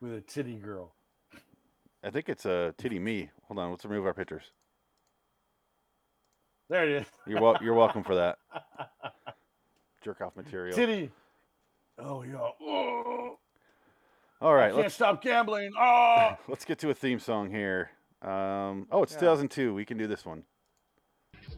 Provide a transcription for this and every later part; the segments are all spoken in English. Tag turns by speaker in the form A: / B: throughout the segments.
A: with a titty girl.
B: I think it's a uh, titty me. Hold on, let's remove our pictures.
A: There it is.
B: You're wel- you're welcome for that. Jerk off material.
A: Titty. Oh, yeah. Oh,
B: All right,
A: can't
B: let's
A: stop gambling. Oh.
B: let's get to a theme song here. Um, oh, it's
A: Yeah.
B: 2002. We can do this one.
C: You're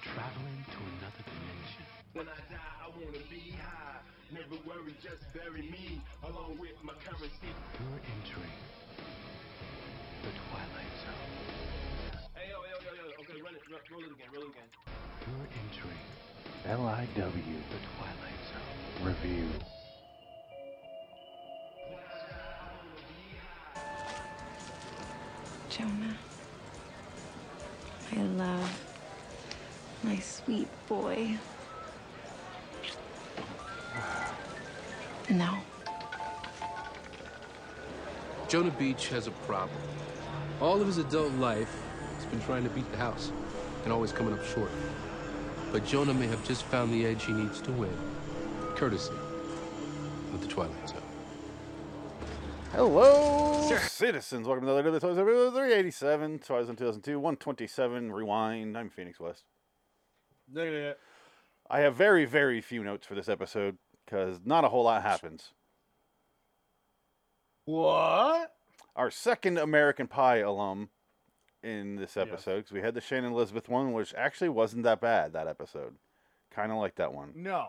C: traveling to another dimension.
D: When I die, I wanna be high. Never worry, just bury me along with my currency.
C: You're entering the Twilight Zone.
D: Hey, yo, yo, yo, yo. Okay, run it. Ro- Roll it again. Roll it again.
C: You're entering LIW, the Twilight Zone. Review.
E: Jonah. My love. My sweet boy. No.
F: Jonah Beach has a problem. All of his adult life, he's been trying to beat the house and always coming up short. But Jonah may have just found the edge he needs to win, courtesy of the Twilight Zone.
B: Hello, citizens. Welcome to another episode of 387, 2002, 127, Rewind. I'm Phoenix West.
A: Look at that.
B: I have very, very few notes for this episode because not a whole lot happens.
A: What?
B: Our second American Pie alum in this
A: Yes.
B: episode because we had the Shannon Elizabeth one, which actually wasn't that bad that episode. Kind of like that one.
A: No.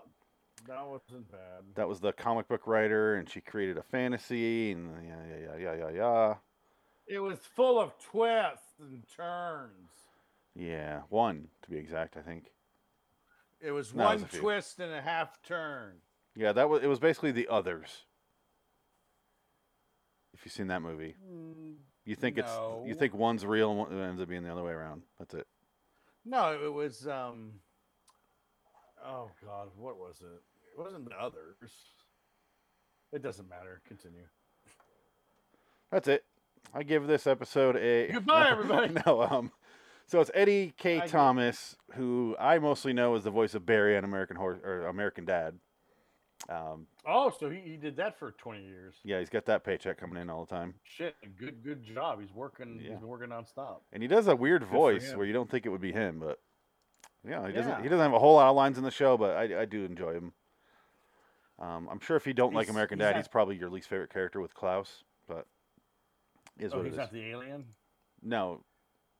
A: That wasn't bad.
B: That was the comic book writer, and she created a fantasy, and yeah, yeah, yeah, yeah, yeah, yeah.
A: It was full of twists and turns.
B: Yeah, one to be exact, I think.
A: It was
B: No, it was
A: one
B: a few.
A: twist and a half turn.
B: Yeah, that was it. Was basically the others. If you've seen that movie, you think it's you
A: no.
B: think one's real and one it ends up being the other way around. That's it.
A: No, it was um Oh god, what was it? It wasn't the others. It doesn't matter. Continue.
B: That's it. I give this episode a
A: Goodbye, everybody.
B: no, um, so it's Eddie K.
A: I-
B: Thomas, who I mostly know as the voice of Barry on American Horse or American Dad. Um,
A: Oh, so he, he did that for twenty years.
B: yeah, he's got that paycheck coming in all the time,
A: Shit, good good job. He's working
B: Yeah.
A: he's been working nonstop.
B: and he does a weird
A: for
B: voice
A: him.
B: where you don't think it would be him, but yeah, he
A: Yeah.
B: doesn't. He doesn't have a whole lot of lines in the show, but I, I do enjoy him. Um, I'm sure if you don't like
A: He's-
B: American
A: he's
B: Dad,
A: not-
B: he's probably your least favorite character with Klaus, but it is
A: Oh,
B: what it
A: he's
B: is.
A: not the alien?
B: No,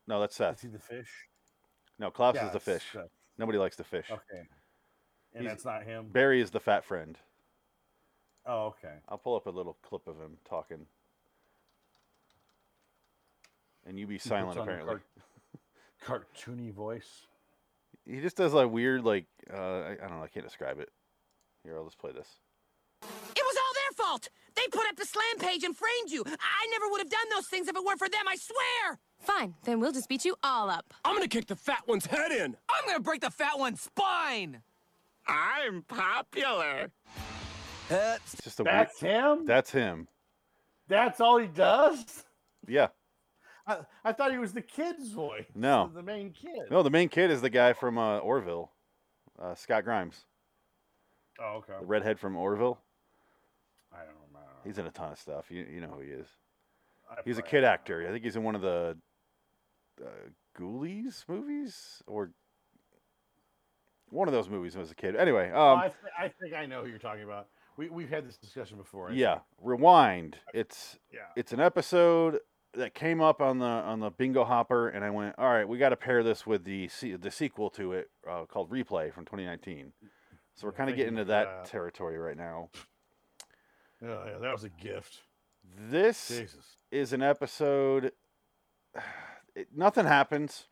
B: no, that's
A: Is
B: Seth.
A: he the fish?
B: No, Klaus
A: Yeah,
B: is the
A: it's,
B: fish.
A: uh,
B: Nobody likes the fish.
A: Okay. And
B: He's-
A: that's not him.
B: Barry is the fat friend.
A: Oh, okay.
B: I'll pull up a little clip of him talking. And you be
A: He puts
B: silent,
A: on the
B: apparently.
A: cart- cartoony voice.
B: He just does like weird, like, uh, I, I don't know, I can't describe it. Here, I'll just play this.
G: It was all their fault! They put up the slam page and framed you! I never would have done those things if it weren't for them, I swear!
H: Fine, then we'll just beat you all up.
I: I'm gonna kick the fat one's head in.
G: I'm gonna break the fat one's spine!
I: I'm popular. That's
B: It's just a
A: That's
B: weird.
A: him?
B: That's him.
A: That's all he does?
B: Yeah.
A: I, I thought he was the kid's voice.
B: No.
A: The main kid.
B: No, the main kid is the guy from uh, Orville, uh, Scott Grimes,
A: Oh, okay.
B: the redhead from Orville.
A: I don't know.
B: He's in a ton of stuff. You, you know who he is.
A: I
B: He's a
A: probably
B: kid
A: don't
B: actor. I think he's in one of the uh, Ghoulies movies or one of those movies when I was a kid. Anyway, um,
A: know. Oh, I, th- I think I know who you're talking about. We, we've had this discussion before. I
B: yeah,
A: think.
B: rewind. It's
A: Yeah.
B: it's an episode that came up on the on the Bingo Hopper, and I went, all right, we got to pair this with the se- the sequel to it uh, called Replay from 2019. So we're
A: Yeah,
B: kind of
A: thank you
B: getting
A: for
B: to that
A: that.
B: territory right now.
A: Oh, yeah. That was a gift.
B: This
A: Jesus.
B: is an episode. It, nothing happens,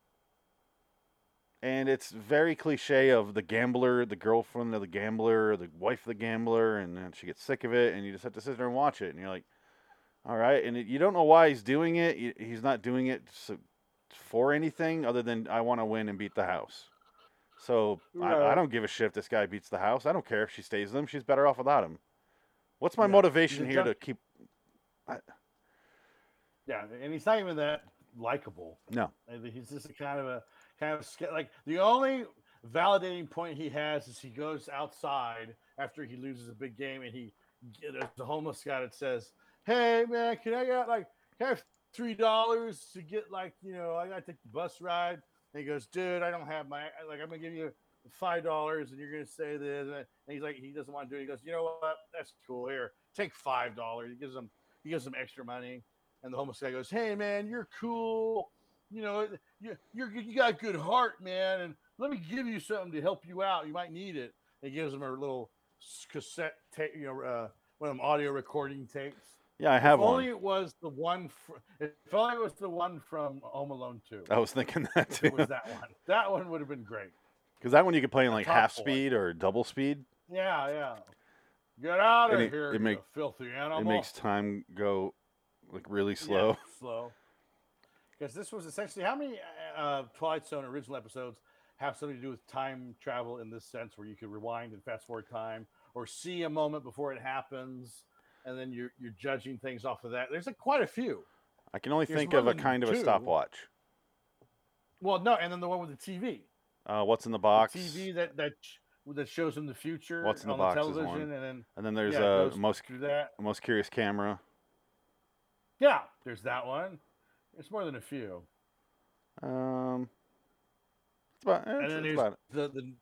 B: and it's very cliche of the gambler, the girlfriend of the gambler, the wife of the gambler, and then she gets sick of it, and you just have to sit there and watch it, and you're like, all right, and it, you don't know why he's doing it. y- He's not doing it so, for anything other than I want to win and beat the house. So I, I
A: Right.
B: don't give a shit if this guy beats the house. I don't care if she stays with him. She's better off without him. What's my
A: Yeah.
B: motivation
A: He's a
B: here to
A: junk-
B: keep?
A: Yeah. And he's not even that likable.
B: No.
A: I think He's just a kind of a kind of sca- like the only validating point he has is he goes outside after he loses a big game and he there's a homeless guy that says, "Hey man, can I got like can I have three dollars to get like you know I gotta take the bus ride?" And he goes, "Dude, I don't have my like I'm gonna give you five dollars and you're gonna say this." And he's like, he doesn't want to do it. He goes, "You know what? That's cool. Here, take five dollars." He gives him he gives him extra money, and the homeless guy goes, "Hey man, you're cool. You know you you're, you got a good heart, man, and let me give you something to help you out. You might need it." And he gives him a little cassette tape, you know, uh, one of them audio recording tapes.
B: Yeah, I have
A: if only
B: one.
A: it was the one. Fr- if only it was the one from Home Alone Two.
B: I was thinking that
A: If it
B: too.
A: was that one. That one would have been great.
B: Because that one you could play in like
A: top
B: half
A: boy.
B: speed or double speed.
A: Yeah, yeah. Get out of
B: And it-
A: here,
B: it
A: you
B: make-
A: filthy animal.
B: it makes time go like really
A: Yeah,
B: slow.
A: slow. Because this was essentially how many uh, Twilight Zone original episodes have something to do with time travel in this sense, where you could rewind and fast forward time, or see a moment before it happens, and then you're you're judging things off of that. There's like, quite a few.
B: I can only
A: There's
B: think
A: more
B: of a
A: than
B: kind of a
A: two.
B: stopwatch.
A: Well, no, and then the one with the TV.
B: Uh, what's in the box?
A: TV that that sh- that shows him the future
B: What's in the
A: on
B: box
A: the
B: is
A: television,
B: one.
A: and then
B: And then there's
A: yeah, it
B: uh
A: goes
B: most
A: through that.
B: most curious camera.
A: Yeah, there's that one. It's more than a few.
B: Um, that's about, eh,
A: And
B: that's
A: then there's
B: about it.
A: the the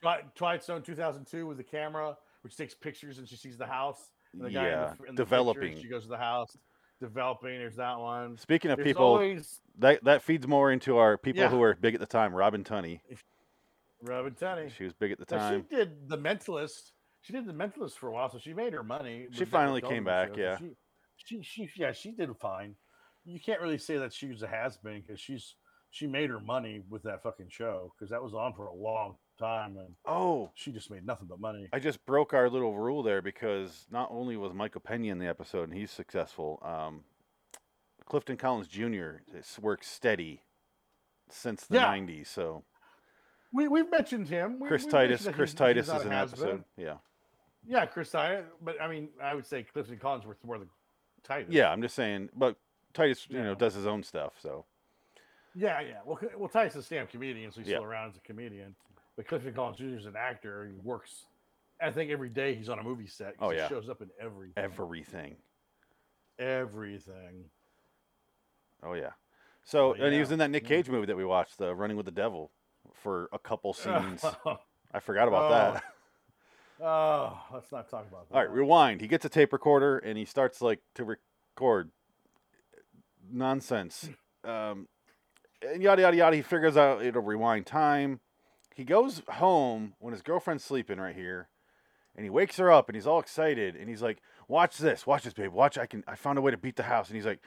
A: Twi- Twilight Zone 2002 with the camera, which takes pictures and she sees the house. And the guy in the
B: Yeah,
A: f- in the, picture,
B: developing.
A: she goes to the house, developing. There's that one.
B: Speaking of
A: There's
B: people,
A: always
B: that that feeds more into our people
A: Yeah.
B: who were big at the time. Robin Tunney,
A: Robin Tunney.
B: she was big at the
A: Now,
B: time.
A: she did The Mentalist. She did The Mentalist for a while, so she made her money.
B: She
A: with the
B: finally
A: television
B: came back,
A: shows,
B: yeah.
A: and She, she, she, yeah, she did fine. You can't really say that she was a has been because she's she made her money with that fucking show because that was on for a long time and
B: Oh,
A: she just made nothing but money.
B: I just broke our little rule there because not only was Michael Pena in the episode and he's successful, um, Clifton Collins Jr. has worked steady since the
A: Yeah.
B: '90s. So
A: We we've mentioned him. We,
B: Chris
A: we've
B: Titus,
A: mentioned that
B: Chris
A: he's-
B: Titus
A: he's not a
B: is in the
A: has-been.
B: episode. Yeah,
A: Yeah, Chris Titus. But I mean, I would say Clifton Collins worth more than Titus.
B: yeah. I'm just saying, but Titus, you
A: Yeah.
B: know, does his own stuff. So
A: yeah, yeah. Well, C- well, Titus is a stand-up comedian, so he's
B: Yeah.
A: still around as a comedian. But Clifton Collins Jr. is an actor. He works. I think every day he's on a movie set. 'cause
B: Oh,
A: he
B: yeah.
A: shows up in everything.
B: everything.
A: everything.
B: Oh yeah. So
A: Well,
B: and he was
A: yeah,
B: in that Nick
A: yeah.
B: Cage movie that we watched, the Running with the Devil, for a couple scenes.
A: oh,
B: I forgot about
A: Oh.
B: that.
A: let's not talk about that.
B: All right, rewind. He gets a tape recorder and he starts like to record nonsense. Um, and yada yada yada. He figures out it'll rewind time. He goes home when his girlfriend's sleeping right here, and he wakes her up and he's all excited and he's like, "Watch this, watch this, babe, watch. I can. I found a way to beat the house." And he's like,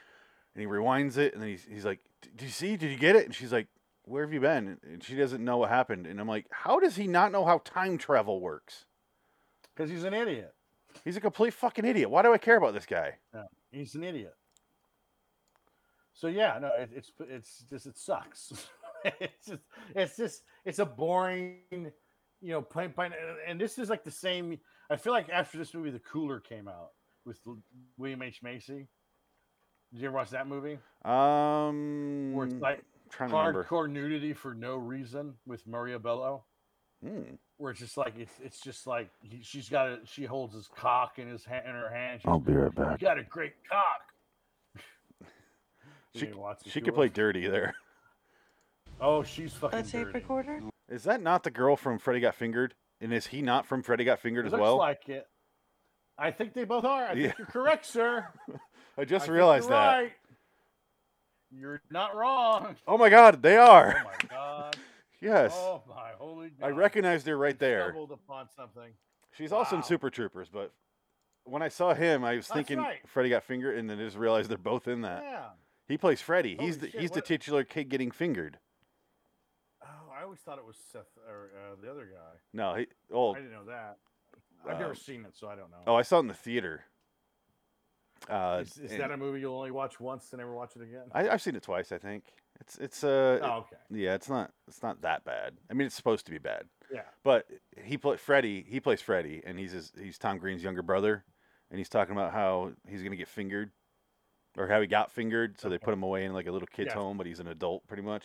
B: and he rewinds it and then he's he's like, "Did you see? Did you get it?" And she's like, "Where have you been?" And she doesn't know what happened. And I'm like, "How does he not know how time travel works?"
A: because he's an idiot.
B: He's a complete fucking idiot. Why do I care about this guy?
A: He's an idiot. So yeah, no, it, it's it's just it sucks. it's just it's just it's a boring, you know, plain, plain and this is like the same. I feel like after this movie, The Cooler came out with L- William H Macy. Did you ever watch that movie?
B: Um,
A: Where it's like
B: trying to remember.
A: hardcore nudity for no reason with Maria Bello.
B: Hmm.
A: where it's just like it's it's just like he, she's got a, she holds his cock in his hand in her hand. She's,
B: I'll be right
A: You
B: back.
A: got a great cock. You
B: She-
A: didn't watch the
B: She
A: Cooler?
B: could play dirty there.
A: Oh, she's fucking.
E: A tape
A: dirty.
E: recorder?
B: Is that not the girl from Freddy Got Fingered? And is he not from Freddy Got
A: It
B: Fingered as
A: looks
B: well?
A: like it. I think they both are. I
B: Yeah.
A: think you're correct, sir.
B: I just
A: I think
B: realized
A: you're
B: that.
A: Right. You're not wrong.
B: Oh my god, they are.
A: Oh my god.
B: yes.
A: Oh my holy. God.
B: I recognized her right
A: I
B: there.
A: Stumbled upon something.
B: She's also in
A: Wow.
B: Super Troopers, but when I saw him, I was
A: That's
B: thinking
A: right.
B: Freddy Got Fingered, and then I just realized they're both in that.
A: Yeah.
B: He plays Freddy. he's the,
A: Holy shit,
B: he's the
A: what-
B: titular kid getting fingered.
A: Oh, I always thought it was Seth or uh, the other guy.
B: No, he, oh,
A: I didn't know that. I've
B: Um,
A: never seen it, so I don't know.
B: oh, I saw it in the theater. Uh,
A: Is, is
B: and-
A: that a movie you'll only watch once and never watch it again?
B: I, uh, I've seen it twice. I think it's it's uh
A: oh, okay.
B: yeah, it's not it's not that bad. I mean, it's supposed to be bad,
A: Yeah.
B: but he play Freddy. He plays Freddy, and he's his, he's Tom Green's younger brother, and he's talking about how he's gonna get fingered, or how he got fingered. So they put him away in like a little kid's
A: Yeah.
B: home, but he's an adult pretty much.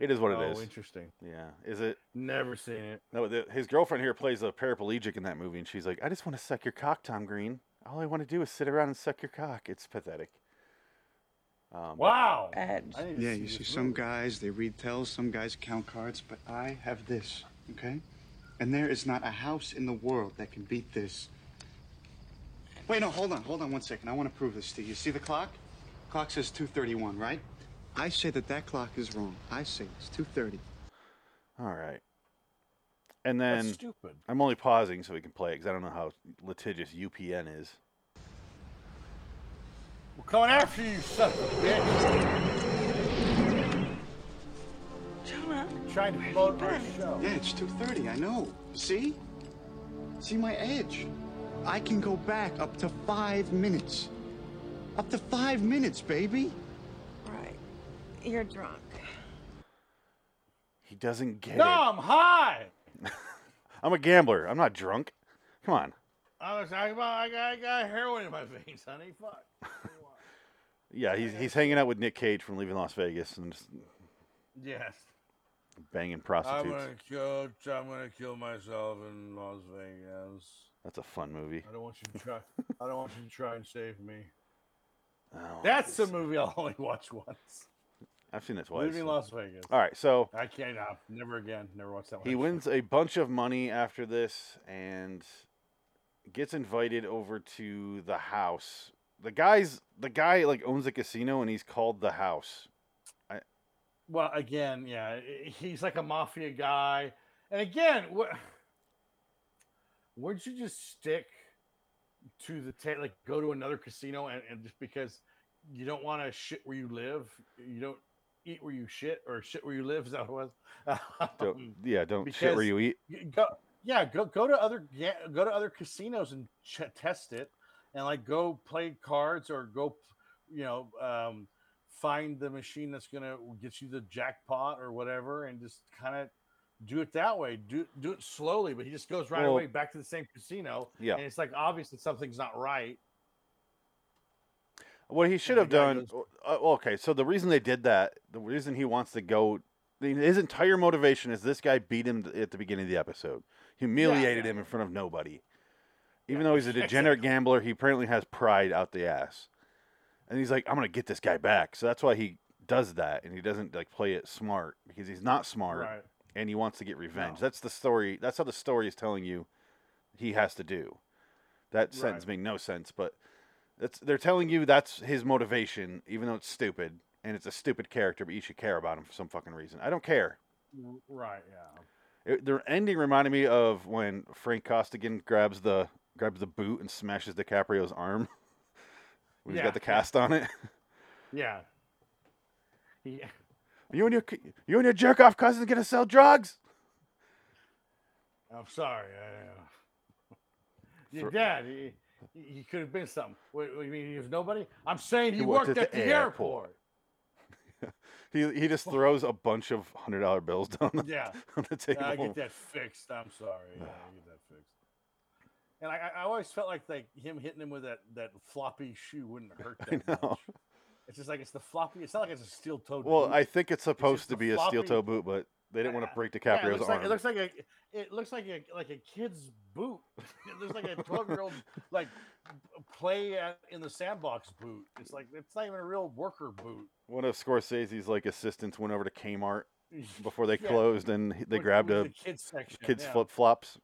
B: It is what
A: oh,
B: it is.
A: interesting.
B: Yeah. Is it?
A: Never seen it.
B: No, the, his girlfriend here plays a paraplegic in that movie, and she's like, "I just want to suck your cock, Tom Green. All I want to do is sit around and suck your cock." It's pathetic. Um, but-
A: Wow.
E: Edge.
A: I need to
J: Yeah, you
A: this
J: see, some
A: movie.
J: guys, they read tells, some guys count cards, but I have this, okay? And there is not a house in the world that can beat this. Wait, no, hold on, hold on one second. I want to prove this to you. You see the clock? Clock says 2.31, right? I say that that clock is wrong. I say it's 2.30.
B: All right. And
A: That's
B: then
A: stupid.
B: I'm only pausing so we can play it because I don't know how litigious UPN is.
A: We're coming after you, son of a bitch.
E: Jonah,
A: Trying to promote our show.
J: Yeah, it's 2.30, I know. See? See my edge? I can go back up to five minutes. Up to five minutes, baby.
E: right. You're drunk.
B: He doesn't get
A: No,
B: it.
A: I'm high.
B: I'm a gambler. I'm not drunk. Come on.
A: I was talking about I got, I got heroin in my veins, honey. Fuck.
B: Yeah, he's, he's hanging out with Nick Cage from Leaving Las Vegas and just
A: Yes.
B: banging
A: I'm
B: prostitutes.
A: gonna kill. I'm gonna kill myself in Las Vegas.
B: That's a fun movie.
A: I don't want you to try. I don't want you to try and save me.
B: Oh,
A: That's the movie I'll only watch once.
B: I've seen it twice.
A: Leaving Las Vegas.
B: All right, so
A: I can't. uh, Never again. Never watch that one.
B: he wins a bunch of money after this and gets invited over to the house. The guy's the guy like owns a casino and he's called the house.
A: Well, again, yeah, i- he's like a mafia guy. And again, what? Would you just stick to the ta- like go to another casino and, and just because you don't want to shit where you live, you don't eat where you shit or shit where you live? Is that what it was?
B: Don't,
A: Um,
B: yeah, don't shit where
A: because-
B: you eat.
A: y- go yeah go go to other yeah, go to other casinos and ch- test it and like go play cards or go you know um find the machine that's gonna get you the jackpot or whatever and just kind of do it that way do do it slowly but he just goes right
B: Well-
A: away back to the same casino
B: Yeah.
A: and it's like obvious that something's not right
B: What he should
A: the
B: have
A: guy
B: done. uh, okay, so the reason they did that, the reason he wants to go, I mean, his entire motivation is this guy beat him at the beginning of the episode, humiliated him in front of nobody. Even though he's a degenerate gambler, he apparently has pride out the ass, and he's like, "I'm gonna get this guy back." So that's why he does that, and he doesn't like play it smart because he's not smart,
A: right
B: and he wants to get revenge.
A: No.
B: That's the story. That's how the story is telling you he has to do. That sentence
A: Right.
B: made no sense, but that's they're telling you that's his motivation, even though it's stupid and it's a stupid character, but you should care about him for some fucking reason. I don't care.
A: R- right yeah
B: It, their ending reminded me of when Frank Costigan grabs the grabs the boot and smashes DiCaprio's arm. We've
A: Yeah.
B: got the cast on it.
A: yeah yeah
B: You and your c- you and your jerk off cousin gonna sell drugs?
A: I'm sorry. I, uh, your
B: Thro-
A: dad, he, he he could have been something. What, what do you mean? He was nobody? I'm saying he,
B: He
A: worked, at the airport.
B: He he just throws a bunch of hundred dollar bills down the,
A: Yeah.
B: on the table.
A: I get that fixed. I'm sorry. Yeah, I get that fixed. And I, I I always felt like like him hitting him with that, that floppy shoe wouldn't hurt that
B: know.
A: much. It's just like it's the floppy. It's not like it's a steel toed.
B: Well, I think it's supposed
A: just
B: to
A: a
B: be a steel
A: floppy-
B: toe boot, but they didn't want
A: Yeah.
B: to break
A: yeah, it
B: DiCaprio's
A: looks
B: arm.
A: like it looks like a it looks like a like a kid's boot. It looks like a twelve year old like play at, in the sandbox boot. It's like it's not even a real worker boot.
B: One of Scorsese's like assistants went over to Kmart before they
A: Yeah.
B: closed, and he- they
A: With-
B: grabbed
A: with
B: a
A: the kids section.
B: kid's
A: yeah.
B: flip flops.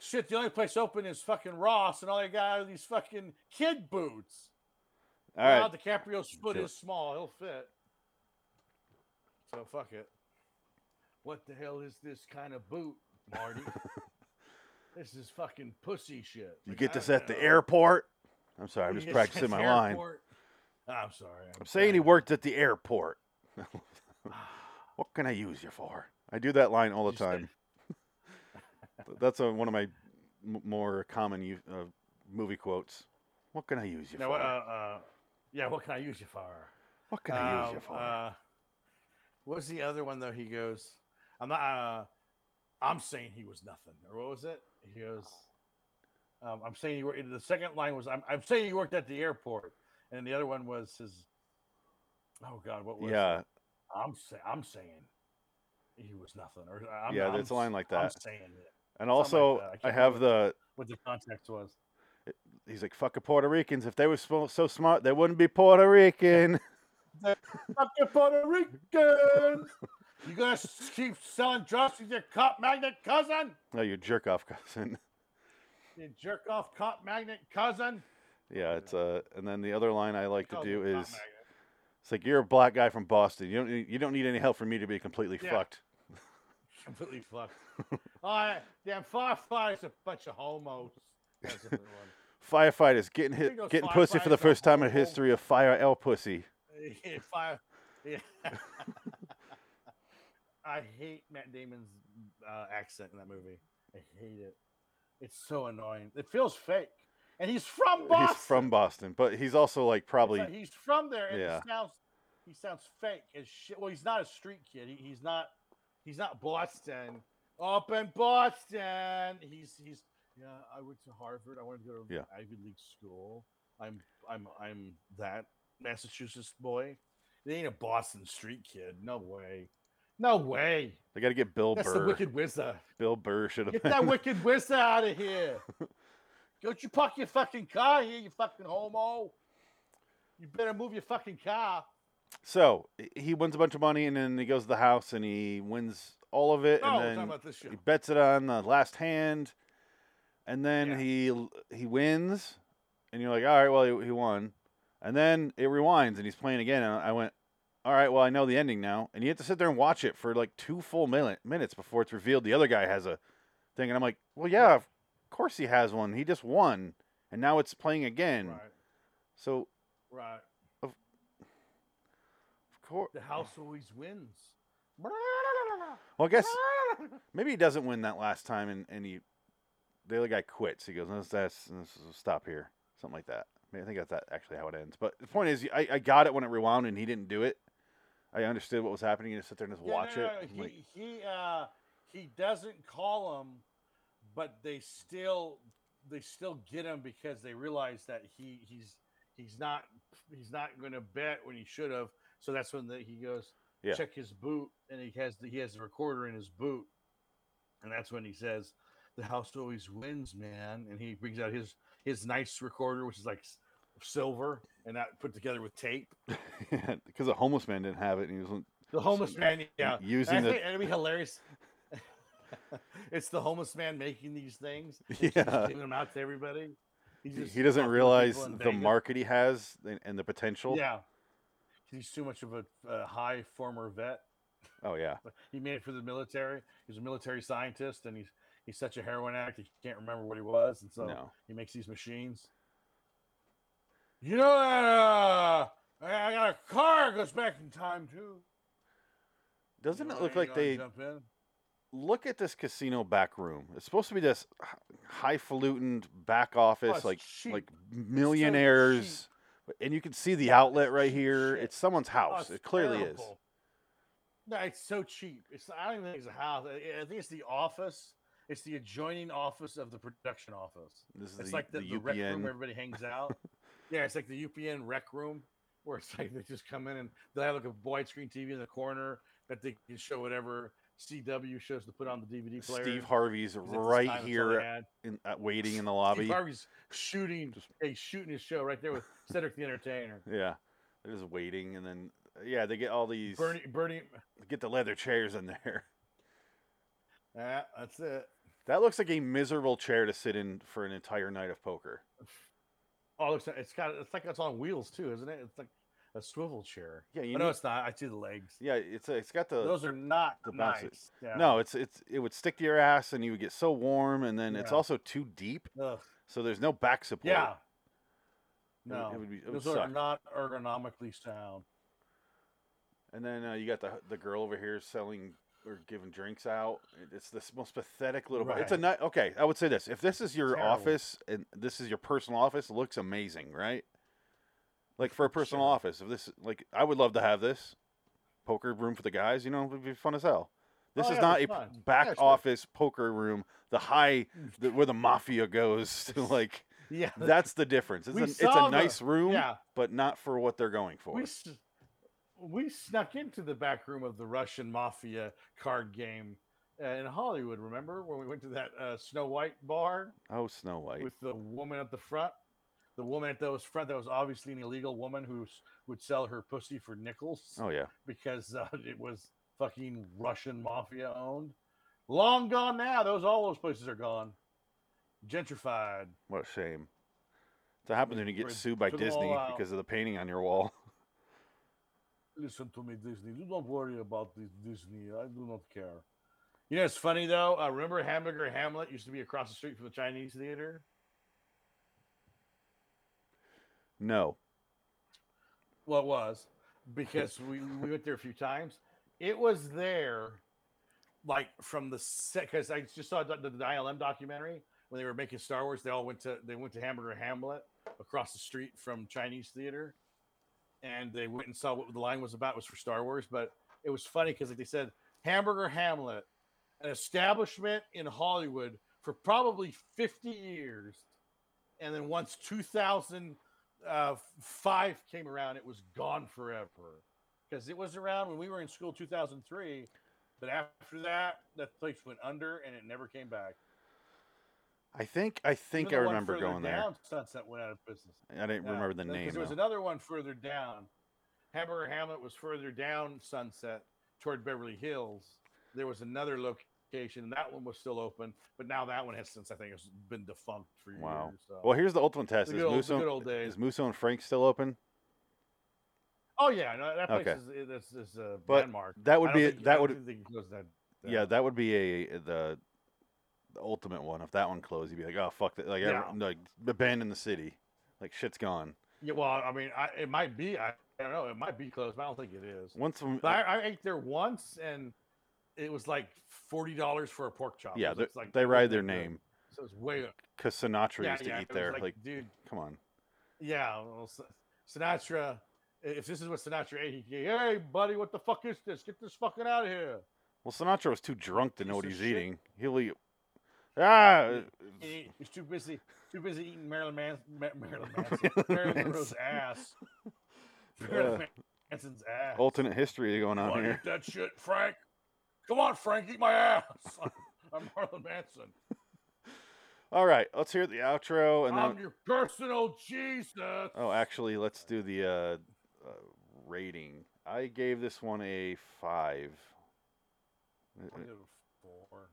A: Shit, the only place open is fucking Ross, and all they got are these fucking kid boots.
B: All
A: now
B: right,
A: DiCaprio's foot
B: Do
A: is small; he'll fit. So fuck it. What the hell is this kind of boot, Marty? this is fucking pussy shit.
B: you
A: Like,
B: get
A: I
B: this
A: don't
B: at the
A: know.
B: airport. I'm sorry,
A: You
B: I'm just
A: get
B: practicing
A: sent
B: my
A: to
B: line.
A: airport. I'm sorry.
B: I'm saying he
A: sorry.
B: worked at the airport. what can I use you for? I do that line all the
A: You said-
B: time. Th- That's a, one of my m- more common u- uh, movie quotes. What can I use you
A: Now,
B: for?
A: uh, uh, yeah, what can I use you for?
B: what can I use you
A: Um,
B: for?
A: Uh, what was the other one though? He goes, "I'm not." Uh, I'm saying he was nothing, or what was it? He goes, um, "I'm saying he worked." The second line was, I'm, "I'm saying he worked at the airport," and the other one was his. Oh God, what was? it?
B: yeah,
A: I'm saying, I'm saying, he was nothing. Or I'm,
B: yeah,
A: I'm
B: there's a line
A: s-
B: like
A: I'm
B: that.
A: saying it.
B: And
A: Something like
B: also,
A: that. can't
B: I have
A: remember
B: the.
A: what the context was.
B: He's like, "Fuck the Puerto Ricans. If they were so, so smart, they wouldn't be Puerto Rican."
A: Fucking Puerto Ricans. You gonna s- keep selling drugs to your cop magnet cousin?
B: No, you jerk off cousin.
A: You jerk off cop magnet cousin.
B: Yeah, it's uh, and then the other line I like to
A: call
B: do
A: them cop
B: is, it's like you're a black guy from Boston. You don't need- you don't need any help from me to be completely
A: Yeah.
B: fucked.
A: Completely fucked. All right, damn firefighters a bunch of homos. That's another one.
B: Firefighters getting hit,
A: think those
B: getting pussy for
A: firefighters are
B: the first time in
A: horrible.
B: history of fire L pussy.
A: Yeah, Fire. Yeah. I hate Matt Damon's uh, accent in that movie. I hate it. It's so annoying. It feels fake. And he's from Boston.
B: He's from Boston, but he's also like
A: It's
B: probably
A: like he's from there, and
B: Yeah.
A: he sounds he sounds fake as shit. Well, he's not a street kid. He, he's not he's not Boston. Up in Boston, he's he's yeah. I went to Harvard. I wanted to go to
B: Yeah.
A: Ivy League school. I'm I'm I'm that Massachusetts boy. They ain't a Boston street kid. No way. No way.
B: they got to get Bill
A: That's the
B: Burr.
A: Wicked Wizard.
B: Bill Burr should have
A: Get
B: been.
A: that wicked wizard out of here. Don't you park your fucking car here, you fucking homo. You better move your fucking car.
B: So h- he wins a bunch of money, and then he goes to the house and he wins all of it,
A: No, we're
B: and
A: talking
B: then
A: about this show.
B: he bets it on the last hand, and then he l- he wins, and you're like, all right, well he, he won, and then it rewinds and he's playing again, and I went, all right, well I know the ending now, and you have to sit there and watch it for like two full minute, minutes before it's revealed the other guy has a thing, and I'm like, well yeah, of course he has one, he just won, and now it's playing again,
A: Right,
B: so
A: right.
B: of course,
A: The house always wins.
B: well I guess. Maybe he doesn't win that last time, and, and he the other guy quits. He goes, "Let's that's let's stop here," something like that. I, mean, I think that's that- actually how it ends. But the point is, I, I got it when it rewound, and he didn't do it. I understood what was happening. You just sit there and just
A: Yeah, no,
B: watch
A: no,
B: it.
A: no,
B: I'm like,
A: He he uh, he doesn't call him, but they still they still get him because they realize that he he's he's not he's not going to bet when he should have. So that's when the, he goes
B: Yeah.
A: check his boot, and he has the, he has the recorder in his boot, and that's when he says, "The house always wins, man." And he brings out his his nice recorder, which is like s- silver and that put together with tape.
B: because a homeless man didn't have it, and he was
A: The homeless man, yeah. And
B: using
A: I
B: the-
A: think it'd be hilarious. it's the homeless man making these things. and He's
B: Yeah.
A: just giving them out to everybody. He's
B: he-
A: just
B: he doesn't
A: fucking with
B: realize
A: people in
B: the
A: Vegas.
B: market he has and, and the potential.
A: Yeah, he's too much of a, a high former vet.
B: Oh yeah.
A: He made it for the military. He's a military scientist, and he's he's such a heroin addict he can't remember what he was, and so
B: No.
A: he makes these machines. You know that uh, I I got a car that goes back in time too. You
B: Doesn't
A: know,
B: it
A: I
B: look
A: ain't
B: like
A: gonna
B: they
A: jump in.
B: look at this casino back room? It's supposed to be this h- highfalutin back office,
A: Oh, it's
B: like
A: cheap.
B: like
A: It's
B: millionaires, and you can see the outlet right
A: cheap
B: here.
A: shit.
B: It's someone's
A: Oh,
B: house.
A: it's
B: it clearly
A: terrible. No, it's so cheap. It's I don't even think it's a house. I I think it's the office. It's the adjoining office of the production office.
B: is. This is
A: It's
B: the,
A: like the,
B: the
A: the rec room
B: UPN.
A: where everybody hangs out. yeah, it's like the UPN rec room where it's like they just come in and they have like a widescreen TV in the corner that they can show whatever CW shows to put on the DVD player.
B: Steve Harvey's
A: 'cause at this time
B: right
A: that's all they
B: here,
A: had.
B: in, uh, waiting in the lobby.
A: Steve Harvey's shooting.
B: Just-
A: He's shooting his show right there with Cedric the Entertainer.
B: Yeah, they're just waiting, and then yeah, they get all these
A: Bernie, Bernie.
B: get the leather chairs in there.
A: Yeah, that's it.
B: That looks like a miserable chair to sit in for an entire night of poker.
A: Oh, it looks like it's got it's like it's on wheels too, isn't it? It's like a swivel chair.
B: Yeah, you
A: Oh, no,
B: need-
A: it's not. I see the legs.
B: Yeah, it's it's got the
A: Those are not
B: the bouncy.
A: nice. Yeah.
B: no, it's it's it would stick to your ass, and you would get so warm, and then it's
A: Yeah.
B: also too deep,
A: Ugh.
B: so there's no back support.
A: Yeah.
B: would-
A: No.
B: it would be- it would
A: Those are
B: suck.
A: not ergonomically sound.
B: And then uh, you got the the girl over here selling or giving drinks out. It- It's this most pathetic little. bar. It's a
A: Right.
B: night. Okay, I would say this: if this is your
A: Terrible.
B: office and this is your personal office, it looks amazing, right? Like for a personal
A: Sure.
B: office, if this like I would love to have this poker room for the guys. You know, it'd be fun as hell. This
A: Oh,
B: is
A: yeah,
B: not a
A: it'd be
B: p-
A: fun.
B: back
A: Yeah, sure.
B: office poker room. The high the, where the mafia goes to like.
A: Yeah.
B: That's the difference. It's
A: We
B: a, it's
A: saw
B: a
A: the-
B: nice room,
A: yeah.
B: but not for what they're going for.
A: we s- we snuck into the back room of the Russian mafia card game uh, in Hollywood. Remember when we went to that uh, Snow White bar
B: Oh, Snow White.
A: with the woman at the front? The woman at those front that was obviously an illegal woman who s- would sell her pussy for nickels
B: Oh yeah.
A: because uh, it was fucking Russian mafia owned. Long gone now. Those all those places are gone, gentrified.
B: What a shame. That happens when you get
A: Right,
B: sued by
A: took 'em all
B: Disney
A: out.
B: because of the painting on your wall.
A: Listen to me, Disney. You don't worry about this Disney. I do not care. You know, it's funny though. Uh, remember Hamburger Hamlet used to be across the street from the Chinese theater.
B: No.
A: Well, it was because we, we went there a few times. It was there, like from the set because I just saw the, the ILM documentary when they were making Star Wars. They all went to they went to Hamburger Hamlet across the street from Chinese theater, and they went and saw what the line was about. It was for Star Wars, but it was funny because like they said, Hamburger Hamlet, an establishment in Hollywood for probably fifty years, and then once two thousand uh, five came around, it was gone forever because it was around when we were in school 2003. But after that, that place went under and it never came back.
B: I think I think I
A: Even the one
B: remember
A: further
B: going
A: down, Sunset went out of business.
B: there. I didn't remember the name.
A: Because there was
B: though.
A: another one further down. Hamburger Hamlet was further down Sunset toward Beverly Hills. There was another location, and that one was still open. But now that one has since I think has been defunct for years.
B: Wow.
A: so-
B: Well, here's the ultimate test:
A: The
B: is
A: good old- the good
B: Musso
A: old days.
B: is Musso and Frank still open?
A: Oh yeah, no, that place
B: Okay.
A: is, is, is a
B: But
A: landmark.
B: that would
A: I don't
B: be-
A: think-
B: that
A: I don't
B: would-
A: think they can close that.
B: Yeah. that would be a the, the ultimate one. If that one closed, you'd be like, oh fuck, that. like
A: Yeah.
B: everyone- like abandon the city, like shit's gone.
A: Yeah, well, I mean, I, it might be. I, I don't know. It might be closed, but I don't think it is.
B: Once we-
A: But I, I ate there once, and it was like forty dollars for a pork chop.
B: yeah,
A: so
B: they,
A: it's like
B: they ride their
A: way up.
B: name
A: So it's way up.
B: because Sinatra
A: Yeah,
B: used to
A: yeah, it
B: eat
A: was
B: there.
A: like,
B: Like,
A: dude.
B: come on,
A: Yeah, well, S- Sinatra. If this is what Sinatra ate, he'd go, "Hey, buddy, what the fuck is this? Get this fucking out of here!"
B: well, Sinatra was too drunk to know
A: Piece
B: what
A: of
B: he's
A: shit.
B: eating. He'll eat. Ah,
A: He- He's too busy, too busy eating Marilyn Manson, Marilyn Manson, Marilyn Monroe's
B: Manson.
A: ass,
B: Uh,
A: Marilyn Manson's ass.
B: alternate history going on
A: Come on,
B: here.
A: eat that shit, Frank. Come on, Frank, eat my ass. I'm Marlon Manson.
B: All right, let's hear the outro and
A: I'm
B: then.
A: your personal Jesus.
B: Oh, actually, let's do the uh, uh, rating. I gave this one a five. Uh,
A: I
B: uh,
A: give it a four.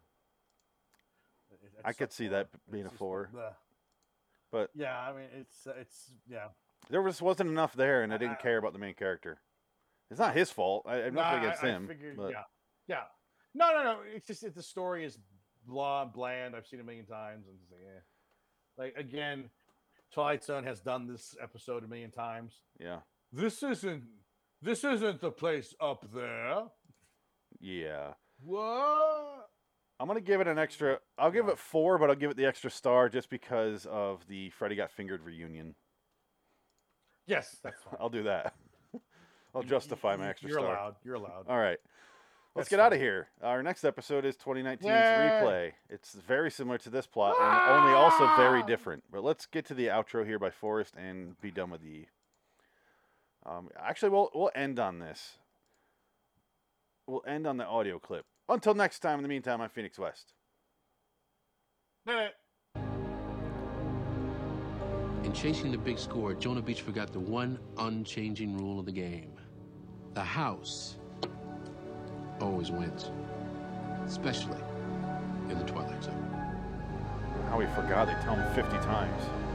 A: It- it-
B: I
A: it's
B: could
A: a
B: see that
A: four.
B: being a
A: It's just
B: four,
A: the-
B: but
A: yeah, I mean, it's it's yeah.
B: there was wasn't enough there, and I didn't
A: I-
B: care about the main character. It's not his fault. I, I'm
A: Uh, Nah,
B: nothing
A: I-
B: against
A: I
B: him.
A: figured-
B: but
A: Yeah, yeah. No, no, no. It's just that the story is blah bland. I've seen it a million times, and it's like, eh. like again, Twilight Zone has done this episode a million times.
B: yeah,
A: This isn't this isn't the place up there.
B: yeah.
A: What?
B: I'm gonna give it an extra. I'll give
A: Yeah.
B: it four, but I'll give it the extra star just because of the Freddy got fingered reunion.
A: Yes, that's fine.
B: I'll do that. I'll
A: You-
B: justify
A: you-
B: my extra
A: You're
B: star.
A: allowed. You're allowed.
B: All right.
A: That's
B: Let's get out of
A: fine.
B: here. Our next episode is 2019's
A: Yay!
B: replay. It's very similar to this plot, and only also very different. But let's get to the outro here by Forrest and be done with the. Um, actually, we'll we'll end on this. We'll end on the audio clip. Until next time. In the meantime, I'm Phoenix West.
A: Nah.
F: In chasing the big score, Jonah Beach forgot the one unchanging rule of the game the house always wins, especially in the Twilight Zone.
B: How we forgot? They tell him 50 times.